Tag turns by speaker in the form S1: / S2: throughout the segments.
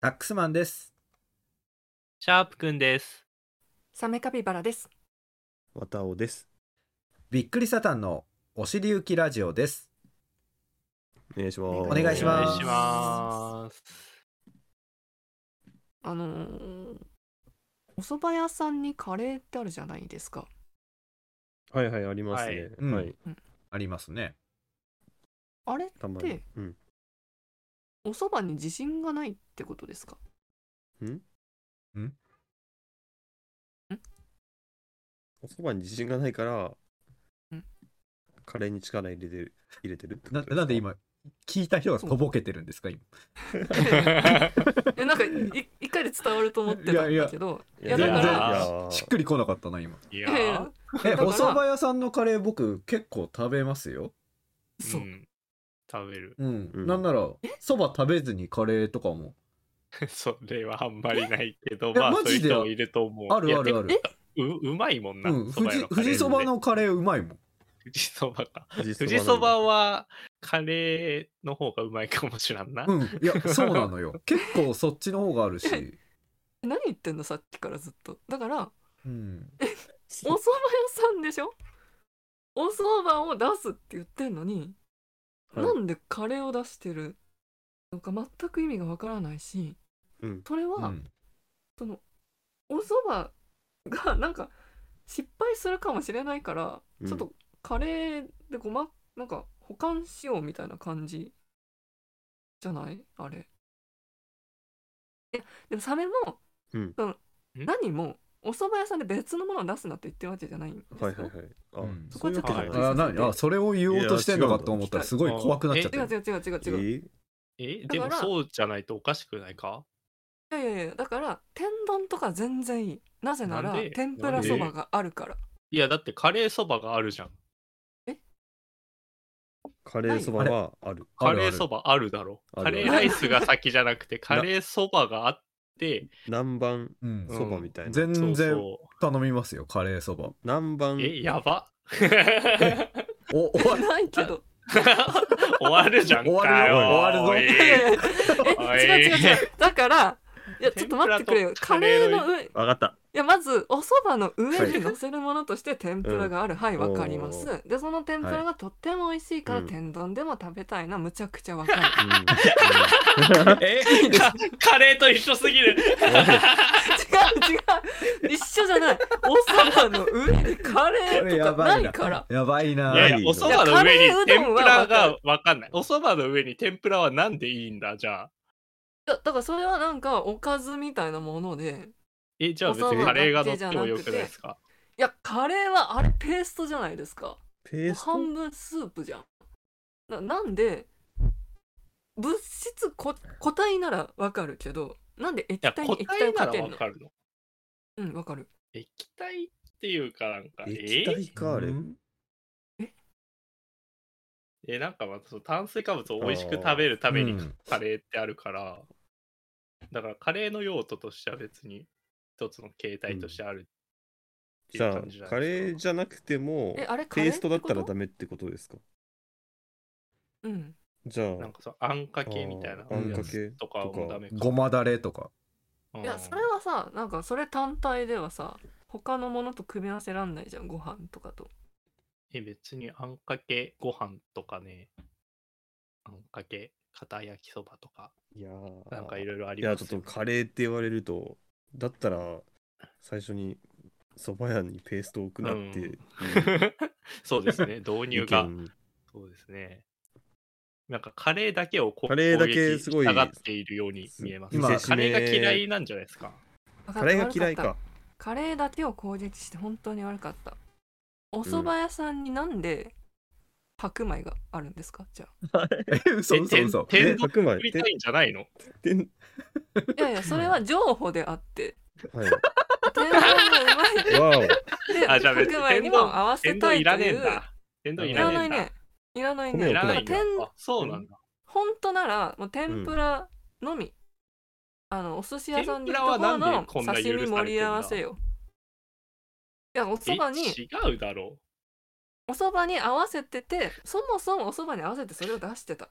S1: タックスマンです。
S2: シャープくんです。
S3: サメカピバラです。
S4: わたおです。
S1: びっくりサタンのお尻行きラジオです。
S4: お願いします。
S3: お
S1: お願いします
S2: お願いします。
S3: あのー、お蕎麦屋さんにカレーってあるじゃないですか。
S4: はいはい、あります
S2: はい
S4: ね。
S1: うん
S4: はい、
S1: ありますね。
S3: あれった
S4: まに
S3: て。
S4: うん。
S3: お蕎麦に自信がないってことですか
S4: おそばに自信がないから
S3: うん、
S4: カレーに力入れてる、入れてるってこと
S1: な
S4: ですか
S1: なんで。今聞いた人がとぼけてるんですか今。
S3: えなんかい一回で伝わると思ってたんだけど。
S4: い
S3: いや
S4: やいや
S3: だか
S2: い
S3: ら。
S2: や
S4: ー
S1: しっくりこなかったな今。
S2: い
S3: い
S2: や
S3: やいや
S2: ー、
S1: え
S3: だから
S1: お蕎麦屋さんのカレー僕結構食べますよ。
S3: そう
S2: う。ん食べる。
S1: うん。
S4: うん
S1: なんならそば食べずにカレーとかも
S2: それはあんまりないけど、
S1: え
S2: まあ
S1: マ
S2: そういう
S1: ジで
S2: 人もいると思う。
S1: あるあるあ
S2: る。
S1: る。
S2: ううまいもんな。
S1: うん。
S2: 蕎
S1: 富士
S2: 麦屋のカレー
S1: 富士そ ばのカレーうまいもん。
S2: 富士そばか。
S4: 富
S2: 富士そばはカレーの方がうまいかもしらんな。
S1: うん。いや そうなのよ。結構そっちの方があるし。
S3: 何言ってんのさっきからずっと。だから、
S1: うん。
S3: お蕎麦屋さんでしょお蕎麦を出すって言ってんのに、
S4: はい
S3: なんでカレーを出してるのか全く意味がわからないし、
S4: うん
S3: それは、
S1: うん
S3: そのお蕎麦がなんか失敗するかもしれないから、
S4: うん
S3: ちょっとカレーでごまなんか保管しようみたいな感じじゃないあれいやでもサメも、
S4: うん
S3: その
S2: ん
S3: 何もお蕎麦屋さんで別のものを出すなって言ってるわけじゃないんですよ、
S4: はいはいはい。あ
S1: うん、
S3: そこはちょっと
S4: そういうわけじゃ
S1: あ
S4: な
S3: はいい
S1: 何あそれを言おうとしてんのかと思ったらすごい怖くなっちゃっ
S3: 違
S1: て
S3: う違う違う違う違う、い
S4: え
S2: え
S3: だ
S2: で
S3: か
S2: も
S3: ら
S2: そうじゃないとおかしくないか
S3: やいやいやだから天丼とか全然いいなぜなら
S2: なんで
S3: 天ぷらそばがあるから
S2: いや、だってカレーそばがあるじゃん。
S4: カレーそばはある。
S1: あるあ
S2: カ
S1: る
S2: レーそばあるだろ。
S4: ある
S2: カ
S4: ある
S2: レーライスが先じゃなくて、カレーそばがあって、
S4: 南蛮
S1: うん
S4: そばみたいな。
S1: 全
S2: そう
S1: 然
S2: そう。
S1: 頼みますよカレーそば
S4: 南
S2: え、
S4: 蛮。
S2: やば。
S1: おお
S3: ないけど
S2: 終わるじゃんかよ。
S1: 終わるよ終わる
S3: いやいやいやえ違う違う違うだからいやちょっと待ってくれよ
S2: 天ぷらとカ
S3: カ
S2: レ
S3: レ
S2: ー
S3: ー
S2: の
S3: の上い
S4: わかった。
S3: やまずお蕎麦の上
S4: はい
S3: に乗せるものとして天ぷらがあるはいわ、かりま
S4: お
S3: すでその天ぷらがとっても美味しいから、
S4: うん
S3: 天丼でも食べたいなむちゃくちゃわかる
S4: うん
S2: えかカレーと一緒す ぎる。
S3: 違う違う一緒じゃないお蕎麦の上にカレーとかないから
S1: やばいない
S2: やいや、お蕎麦の上に
S3: いやカレーう
S2: 天
S3: どん
S2: ぷ
S3: は
S2: ら
S3: わかる
S2: がわかんない。お蕎麦の上に天ぷらはなんでいいんだじゃあ。
S3: いやだからそれはなんかおかずみたいなもので
S2: え、じゃあ別
S3: お蕎
S2: に
S3: 麦
S2: カレーが乗ってもよくないですか
S3: いやカレーはあれペーストじゃないですか
S4: ペースト
S3: 半分スープじゃんななんで物質こ固体ならわかるけどなんで液
S2: いや、
S3: 体に
S2: 答
S3: 液体
S2: え
S3: を
S2: な
S3: か
S2: ら
S3: ける
S2: わ
S3: の
S2: かるの。
S3: うんわかる
S2: 液体っていうかなんか、
S4: 液体かあれ。
S2: ええ、なんかまたその炭水化物を美味しく食べるために
S1: うん
S2: カレーってあるから、だからカレーの用途としては別に一つの形態としてあるって
S4: じ
S2: い
S4: ゃ
S2: う
S4: あ
S2: 感じじゃ、な
S4: カ
S2: い
S4: レ
S2: で
S4: ー
S2: すか。
S4: じゃなくても
S3: え、あれカ
S4: ペ
S3: レー
S4: ーストだったら
S3: って
S4: ダメってことですか
S3: ことうん
S4: じゃあ。
S2: なんかさ、あんかけみたいな
S4: あ
S1: ー
S2: や
S1: あん
S4: かけ
S2: つとかもダメか。
S1: ごまだれとか
S2: うん
S3: いやそれはさなんかそれ単体ではさ他のものと組み合わせらんないじゃんご飯とかと
S2: え、別にあんかけご飯とかね、あんかけ片焼きそばとか、
S4: いやー
S2: なんかいろいろあ
S4: い
S2: り
S4: や
S2: ます
S4: ち
S2: よ
S4: ょっとカレーって言われるとだったら最初に蕎麦屋にペーストを置くなっていう
S2: そうです ね、導
S4: 意
S2: 入が。
S4: 見
S2: そうですね。なんかカレーだけをこう
S4: カレーだけすごい
S2: 攻撃したがっているように見えます。
S1: 今
S2: カレーが嫌いなんじゃないですか。
S3: わか
S4: カ
S3: った
S4: レーが嫌
S3: 悪
S4: い
S3: っ
S4: か
S3: たカレーだけを攻撃して本当に悪かったお蕎麦屋さんになんで白米があるんですかじゃあ
S1: え嘘
S2: え
S1: 嘘
S2: てん
S1: 嘘
S2: て
S1: え
S2: ん天丼
S4: 白
S2: 食
S4: 米
S2: りたいんじゃないの
S4: てん
S3: いやいやそれは情報であ って
S4: はい
S3: 天丼がうまいっ て
S4: わお
S3: で、
S2: あじゃあ別に
S3: 白米にも合わせ
S2: 天
S3: た
S2: 丼
S3: い
S2: い
S3: と
S2: らねえ
S3: い
S2: ん
S3: う。
S2: だ。天丼い
S3: い
S2: ら
S3: ら
S2: ね
S3: な
S2: え
S3: い
S2: んだ
S3: ね。。いらない
S4: 米
S3: ね。
S2: い
S4: を
S2: ら
S4: 食
S2: な
S3: ないん
S2: ん
S3: か
S2: だ
S3: 天。
S2: あそうなんだ。
S3: 本当ならもう天ぷらのみ、あのお寿司屋さんで
S2: 天ぷらはなんで
S3: の
S2: こんな許されて
S3: 刺
S2: んだ
S3: 身盛り合わせよ。いやお
S2: え
S3: そばに
S2: 違うだろ
S3: おそばに合わせててそもそもおそばに合わせてそれを出してた。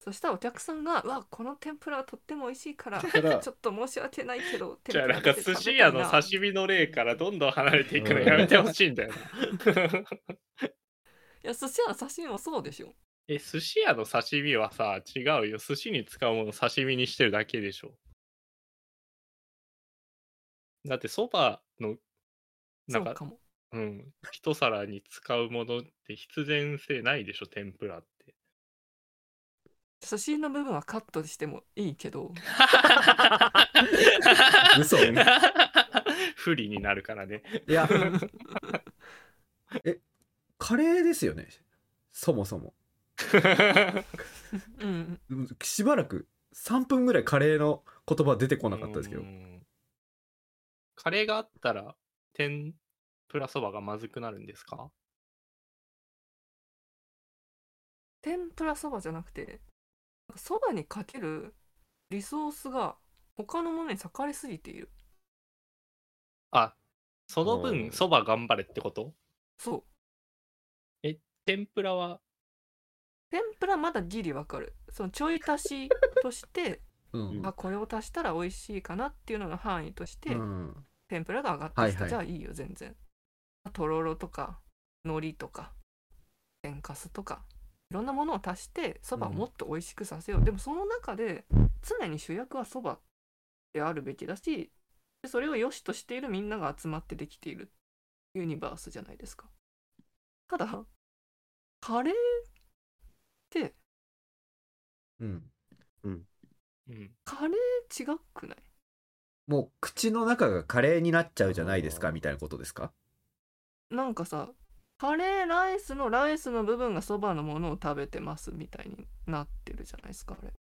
S3: そしたらお客さんが「うわこの天ぷらはとっても美味しいから
S4: だから
S3: ちょっと申し訳ないけど
S2: じゃあなんか寿司屋の
S3: 身
S2: 刺身の例からどんどん離れていくのやめてほしいん だよな。
S3: いや寿司屋の刺身もそうでしょ
S2: え、寿司屋の刺身はさ、違うよ。寿司に使うものを刺身にしてるだけでしょ。だってそばの、な
S3: そ
S2: ん
S3: う
S2: か
S3: かも
S2: うん、一皿に使うものって必然性ないでしょ、天ぷらって。
S3: 写真の部分はカットしてもいい けど
S1: 嘘
S2: 不利になるからね。
S1: いやえカレーですよねそもそも
S3: うん
S1: しばらく3分ぐらいカレーの言葉出てこなかったですけど
S2: うんカレーがあったら天ぷらそばがまずくなるんですか
S3: 天ぷらそばじゃなくてそばにかけるリソースが他のものに割かれすぎている
S2: あその
S4: う
S2: 分
S4: ん
S2: そば頑張れってこと
S3: そう
S2: 天ぷらは
S3: 天ぷらまだギリわかるそのちょい足しとして
S1: うん
S3: あこれを足したら美味しいかなっていうのの範囲として、
S1: うん
S3: 天ぷらが上がってきた、
S1: はいはい
S3: じゃあいいよ全然とろろとか海苔とか天かすとかいろんなものを足してそばをもっと美味しくさせよう、でもその中で常に主役はそばであるべきだしでそれを良しとしているみんなが集まってできているユニバースじゃないですかただカレーって
S1: うん
S2: うん
S3: カレー違くない
S1: もう口の中がカレーになっちゃうじゃないですかみたいなことですか
S3: なんかさカレーライスのライスの部分がそばのものを食べてますみたいになってるじゃないですかあれ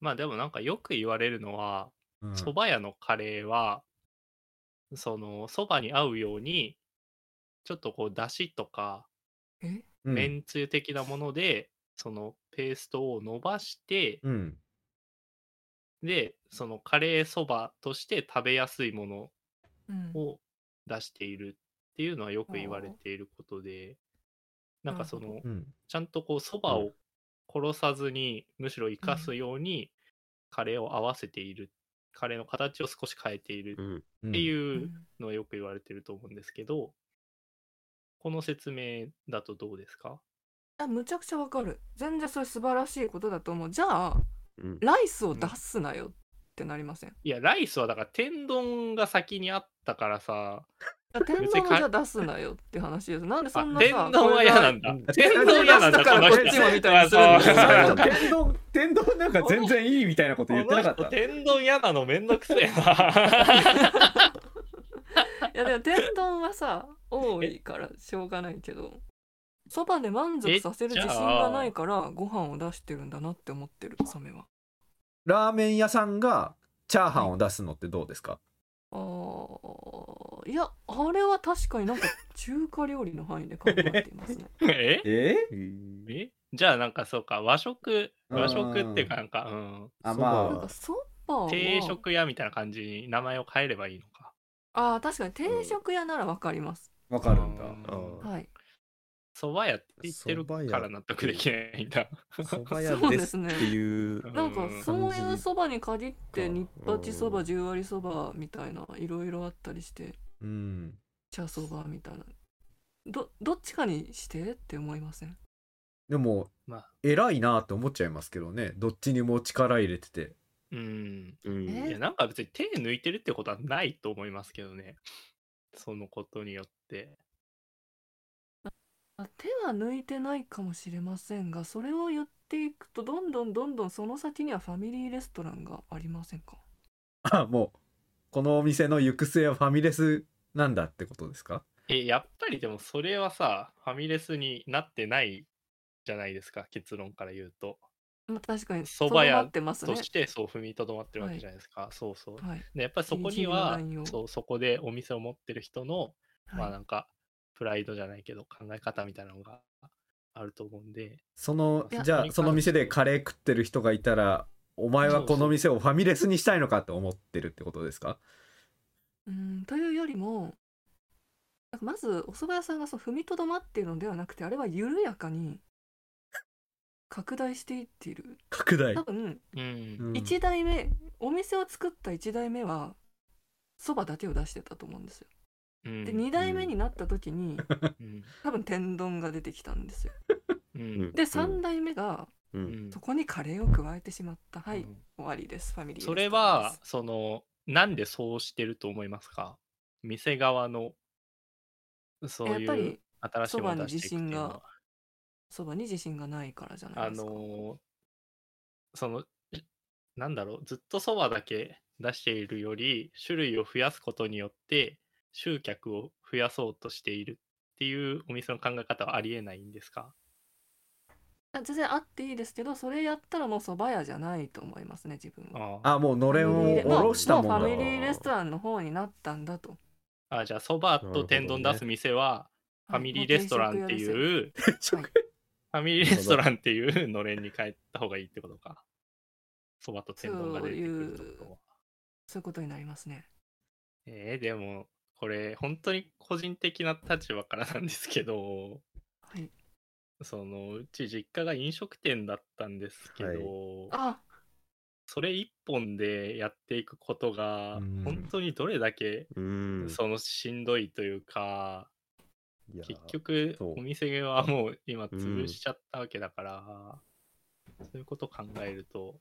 S2: まあでもなんかよく言われるのは
S1: うん
S2: そば、蕎麦屋のカレーはそのそばに合うようにちょっとこうだしとか
S3: え
S1: うん
S2: めんつゆ的なもので、そのペーストを伸ばして
S1: うん
S2: でそのカレーそばとして食べやすいもの
S3: うん
S2: を出しているっていうのはよく言われていることで、なんかそ
S3: な
S2: の
S1: う、ん
S2: ちゃんとこう、そばを
S4: う
S2: 殺さずに、むしろ生かすように、カレーを合わせている、カレーの形を少し変えている
S4: うん
S1: うん
S2: っていううんのはよく言われてると思うんですけど、この説明だとどうですか
S3: あむちゃくちゃわかる全然それ素晴らしいことだと思うじゃあ
S4: うん
S3: ライスを出すなよってなりません
S2: いや、ライスはだから天丼が先にあったからさ、
S3: あ天
S2: 別に
S3: 丼をじ
S2: か
S3: ゃあ出すなよって話ですなんでそ
S2: あ
S3: んなさ
S2: 天丼 は嫌なんだ。天丼嫌なんだ、
S3: 天丼出
S2: この人
S3: したからこっちもみたいにするんだ
S2: あそ
S3: よ
S2: う
S1: 天丼天丼なんか全然いいみたいなこと
S2: こ
S1: 言ってなか
S2: の
S1: っ
S2: 人
S1: た
S2: 天丼嫌なのめんどくせえな。
S3: いやでも天丼はさ多いからしょうがないけどそばで満足させる自信がないからご飯を出してるんだなって思ってるサメは
S1: ラーメン屋さんがチャーハンを出すのってどうですか
S3: あーいやあれは確かになんか中華料理の範囲で考えていますね
S2: え
S1: え
S4: えー
S2: えじゃあなんかそうか和食
S1: うん
S2: 和食っていうかなんか、うん、
S1: あ
S4: そばは
S3: なん
S1: ま
S3: かそばは
S2: 定食屋みたいな感じに名前を変えればいいのか。
S3: あー確かに定食屋ならわかります、
S1: あわかるんだ
S4: うん
S3: はい
S2: そば屋って言ってるから納得できないんだ。
S4: そば屋ですっていう
S2: う
S3: なんかそういう
S4: 感じ
S3: そばに限って
S4: か
S3: ニッパチそば
S4: うん
S3: 十割そばみたいないろいろあったりして
S1: うん
S3: 茶そばみたいなどどっちかにしてって思いません
S1: でも
S2: まあ、
S1: 偉いなって思っちゃいますけどねどっちにも力入れてて
S2: うん。
S4: うん
S3: え
S2: いやなんか別に手抜いてるってことはないと思いますけどね。そのことによって。
S3: あ手は抜いてないかもしれませんがそれを言っていくとどんどんどんどんその先にはファミリーレストランがありませんか
S1: あもうこのお店の行く末はファミレスなんだってことですか
S2: え、やっぱりでもそれはさ、ファミレスになってないじゃないですか、結論から言うと。
S3: まあ確かに
S2: 蕎麦屋
S3: とどまってますね
S2: そしてそう踏みとどまってるわけじゃないですか。そうそう。
S3: はい
S2: でやっぱりそこには
S3: 人事の内容
S2: そうそこでお店を持ってる人の、まあ
S3: は
S2: なんかプライドじゃないけど考え方みたいなのがあると思うんで
S1: その
S3: いや
S1: じゃあその店でカレー食ってる人がいたらお前はこの店をファミレスにしたいのかって思ってるってことですか
S3: い、うんというよりもなんかまずお蕎麦屋さんがそう踏みとどまっているのではなくてあれは緩やかに拡大していっている
S1: 拡大
S3: 多。分
S2: うん。
S1: うん
S3: 1代目、お店を作った1代目はそばだけを出してたと思うんですよ
S2: うん
S3: で2代目になった時 に
S2: うん
S3: 多分天丼が出てきたんですよ
S2: う
S4: うんん
S3: で3代目が
S4: う
S2: うんん
S3: そこにカレーを加えてしまったはい、
S2: うん
S3: 終わりですファミリー
S2: それは、その、なんでそうしてると思いますか店側の、そう
S3: レストランで
S2: い
S3: すやっぱ
S2: う
S3: り
S2: 新しいものを出していくっていうの
S3: そばに自信が
S2: は、
S3: そばに自信がないからじゃない
S2: あ
S3: ですか、
S2: の、その、なんだろう、ずっとそばだけ出しているより、種類を増やすことによって、集客を増やそうとしているっていうお店の考え方はありえないんですか
S3: あ全然あっていいですけどそれやったらもうそば屋じゃないと思いますね自分は
S2: ああ
S1: あ、もうのれんを
S3: まあ
S1: 下ろしたもんだ
S3: もうフ
S1: な
S3: ァミリーレストランの方になったんだと
S2: あじゃあ、そば
S4: なるほ
S2: と
S4: どね
S2: 天丼出す店は、ファミリーレストランって
S3: も う定食屋ですよ
S2: いう、
S3: はい
S2: ファミリーレストランっていうのれんに変えた方がいいってことか。そばと天丼が出てくるってことは。
S3: そういうことになりますね
S2: えー、でも、これ、本当に個人的な立場からなんですけど、
S3: はい
S2: そのうち実家が飲食店だったんですけど、
S4: はい
S3: あ
S2: それ一本でやっていくことが
S1: うん
S2: 本当にどれだけ
S4: うん
S2: そのしんどいというか、
S4: いや
S2: 結局
S4: そう
S2: お店はもう今潰しちゃったわけだから、そういうこと考えると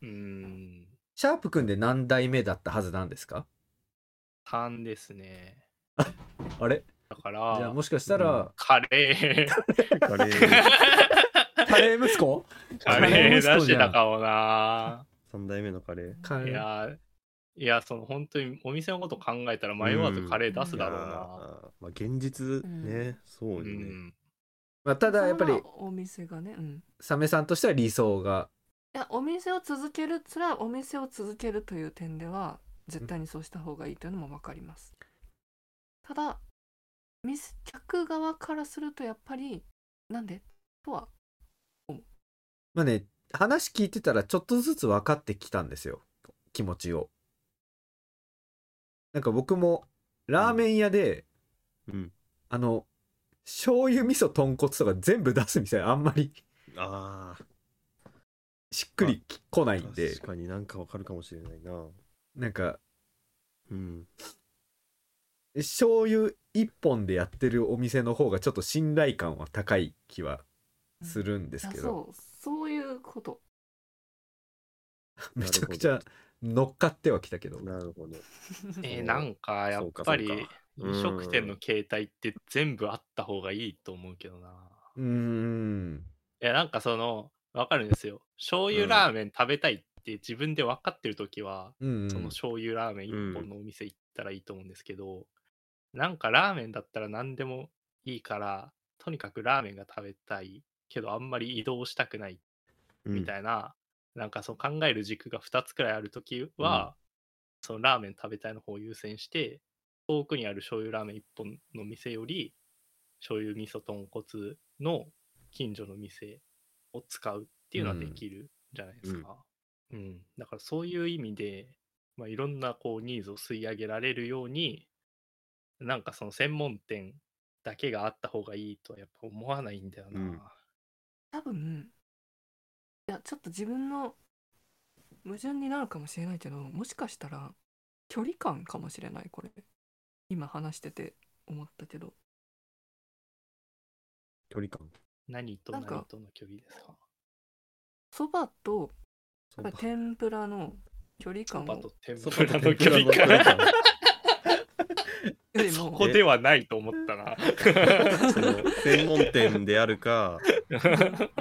S2: うーん
S1: シャープくんで何代目だったはずなんですか
S2: 3ですね
S1: あれ
S2: だか
S1: じゃあ
S2: ら
S1: もしかしたら、
S2: カレー
S4: カレー
S1: カレー息子
S2: カレー出してたかもな
S4: 3代目のカレー
S1: カ
S2: い
S1: レー。
S2: やー、いや、その本当にお店のこと考えたら迷わずカレー出すだろう
S4: いや
S2: な。
S4: ーまあ現実ね、そう
S2: う
S4: よね、
S2: ん。
S1: まあ、ただやっぱ
S3: そ
S1: り
S3: の、お店がねうん
S1: サメさんとしては理想が。
S3: いやお店を続けるそれはお店を続けるという点では絶対にそうした方がいいというのも分かりますただ店客側からするとやっぱりなんでとは
S1: まあね、話聞いてたらちょっとずつ分かってきたんですよ。気持ちを。なんか僕も、ラーメン屋で、
S4: うん、
S1: あの、醤油、味噌、豚骨とか全部出す店あんまり
S4: ああ
S1: しっくりきこないんで
S4: 確、かになんかわかるかもしれないな
S1: なんか、
S4: うん
S1: 醤油一本でやってるお店の方がちょっと信頼感は高い気はするんで
S3: い
S1: す
S3: や
S1: けど、
S3: そうそうい うこと
S1: めちゃくちゃ乗っかってはきたけど、
S4: なるほど
S2: えーなんかやっぱり
S4: そうかそう
S2: 飲
S4: か
S2: 食店の形態って全部あった方がいいと思うけどな。
S1: うーん、
S2: いや、なんかその、わかるんですよ。醤油ラーメン食べたいって自分で分かってるときは、
S1: うん、
S2: その醤油ラーメン1
S4: うん
S2: 本のお店行ったらいいと思うんですけど、なんかラーメンだったら何でもいいから、とにかくラーメンが食べたいけど、あんまり移動したくないみ
S4: い
S2: たいな、なんかそう考える軸が2つくらいあるときは、そのラーメン食べたいの方を優先して、遠くにある醤油ラーメン1本の店より、醤油味噌豚骨の近所の店を使うっていうのはできるじゃないですか。うん。だからそういう意味で、まあ、いろんなこうニーズを吸い上げられるように、なんかその専門店だけがあった方がいいとはやっぱ思わないんだよな。
S4: うん
S3: 多分いやちょっと自分の矛盾になるかもしれないけどもしかしたら距離感かもしれないこれ今話してて思ったけど
S4: 距離感
S2: 何と
S3: なん
S2: 何
S3: か
S2: との距離ですか
S3: そばと
S4: そ
S3: やっぱり天ぷらの距離
S2: そ
S3: 感
S2: ば
S3: を
S2: と天ぷらの距離感
S4: 感
S3: より
S2: そ
S3: も
S2: こではないと思ったな。
S4: その専門店であるか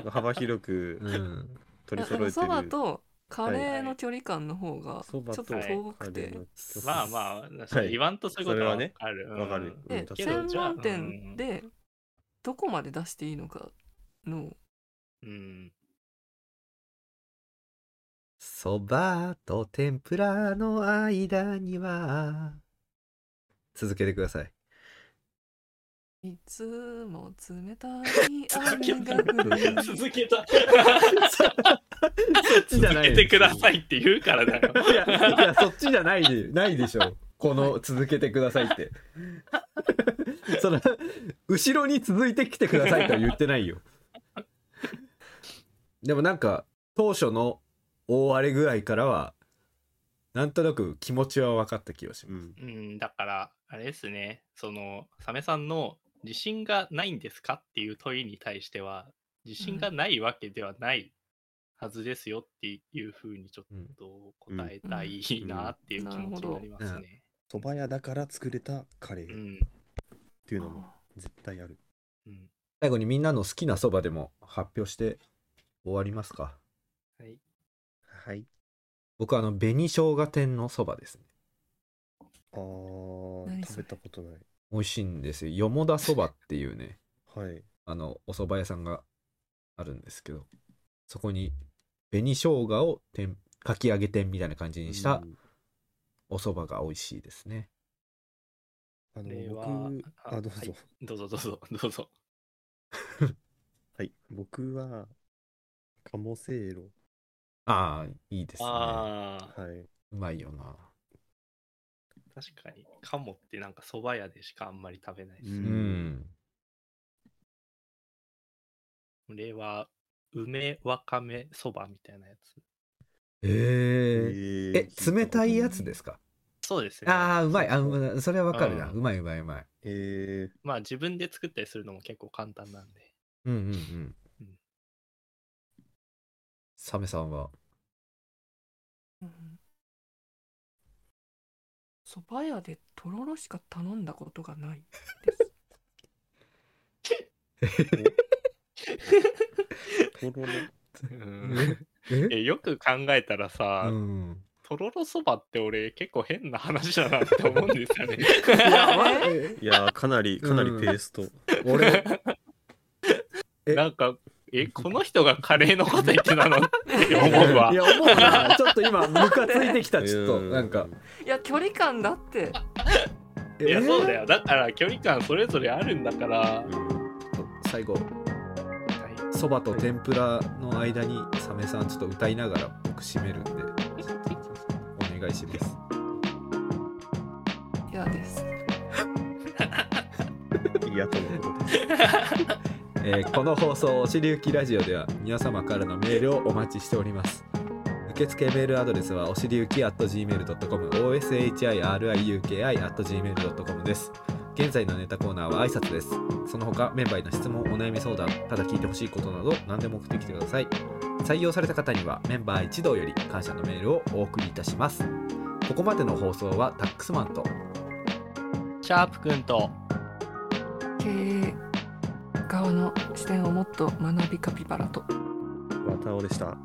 S4: 幅広く
S1: うん、
S4: 取り揃えて
S3: そ
S4: る
S3: ばとカレーの距離感の方がちょ
S4: そば
S3: っと
S4: と
S3: 遠く
S4: カレー
S3: て、
S4: の距離
S2: まあまあ、それ言わんとそういうことはわかる。
S4: わかる、
S3: で
S2: け
S4: 確かに
S2: ど
S3: 専
S2: じゃあ
S3: 門店でどこまで出していいのかの
S2: うん。うん。
S1: そばと天ぷらの間には、続けてくださ い。
S3: いつも冷たい雨が降る
S2: 続けた。
S1: ちじゃ
S2: 続
S1: ない
S2: けてくださいって言うからだよ。
S1: いや、 いやそっちじゃないで、ないでしょ。この続けてくださいって。 その、後ろに続いてきてくださいとは言ってないよ。でもなんか当初の大荒れ具合からはなんとなく気持ちは分かった気がし
S4: う
S1: ます、
S4: ん。
S2: うん、だから、あれですね、その、サメさんの自信がないんですかっていう問いに対しては、自信がないわけではないはずですよっていうふうにちょっと答えたいなっていう気持ちになりますね。
S4: 蕎麦屋だから作れたカレ
S2: う
S4: ーっ
S2: ん。
S4: ていうの も絶対ある。
S2: うん。
S1: 最後にみんなの好きなそばでも発表して終わりますか
S2: はい。
S4: はい。
S1: 僕はあの紅生姜天のそばですね
S4: あー、
S3: 何
S4: 食
S3: それ
S4: べたことない。
S1: 美味しいんですよよもだそばっていうね
S4: はい。
S1: あのお蕎麦屋さんがあるんですけどそこに紅生姜を天かき揚げ天みたいな感じにした
S4: うん
S1: お蕎麦が美味しいですね、
S4: あ
S2: こ
S4: の
S2: れは
S4: 僕、あ、どう
S2: はい
S4: ぞ。
S2: どうぞどうぞ、 どうぞ。
S4: はい。僕は、カモセイロ。
S1: ああいいですね
S2: ああ、
S4: はい。
S1: うまいよな
S2: 確かに、カモってなんか蕎麦屋でしかあんまり食べないです。
S1: う、
S4: うんん
S2: これは、梅わかめそばみたいなやつ。
S1: えー、え
S4: え
S1: 冷たいやつ
S4: で。
S1: ですか
S2: そうですね。
S1: ああうまいあうんそれはわかるな
S2: うん
S1: うまいうまいうまい
S4: え
S2: まあ自分で作ったりするのも結構簡単なんで。
S1: うんうんうん
S2: うん
S1: サメさんは
S3: うん蕎麦屋でとろろしか頼んだことがないです。
S4: ー、とろろ。
S1: え
S2: えよく考えたらさ、
S1: うん
S2: とろろそばって俺結構変な話だなって思うんで すよね。
S1: え
S4: いやー、かなり、かなり
S1: うん
S4: ペースト。
S1: 俺え
S2: なんか、え、この人がカレーのこと言ってたのって思うわ
S1: い。や思うなちょっと今ムカついてきたちょっと
S4: う
S1: なんか。
S3: いや距離感だって。
S2: いや、そうだ
S1: よ
S2: よ。だから距離感それぞれあるんだから。は
S4: うん
S1: 最後
S2: い
S1: そばと天ぷらの間にサメさんちょっと歌いながら僕締めるんでお願いします
S3: 嫌です。
S4: いや、とのことです。
S1: えーこの放送「おしりゆきラジオ」では皆様からのメールをお待ちしております受付メールアドレスはおしりゆき .gmail.com oshiriuki.gmail.com です現在のネタコーナーは挨拶ですその他メンバーへの質問お悩み相談ただ聞いてほしいことなど何でも送ってきてください採用された方にはメンバー一同より感謝のメールをお送りいたしますここまでの放送はタックスマンと
S2: シャープくんと、
S3: 経営側の視点をもっと学びカピバラと。
S4: わたおでした。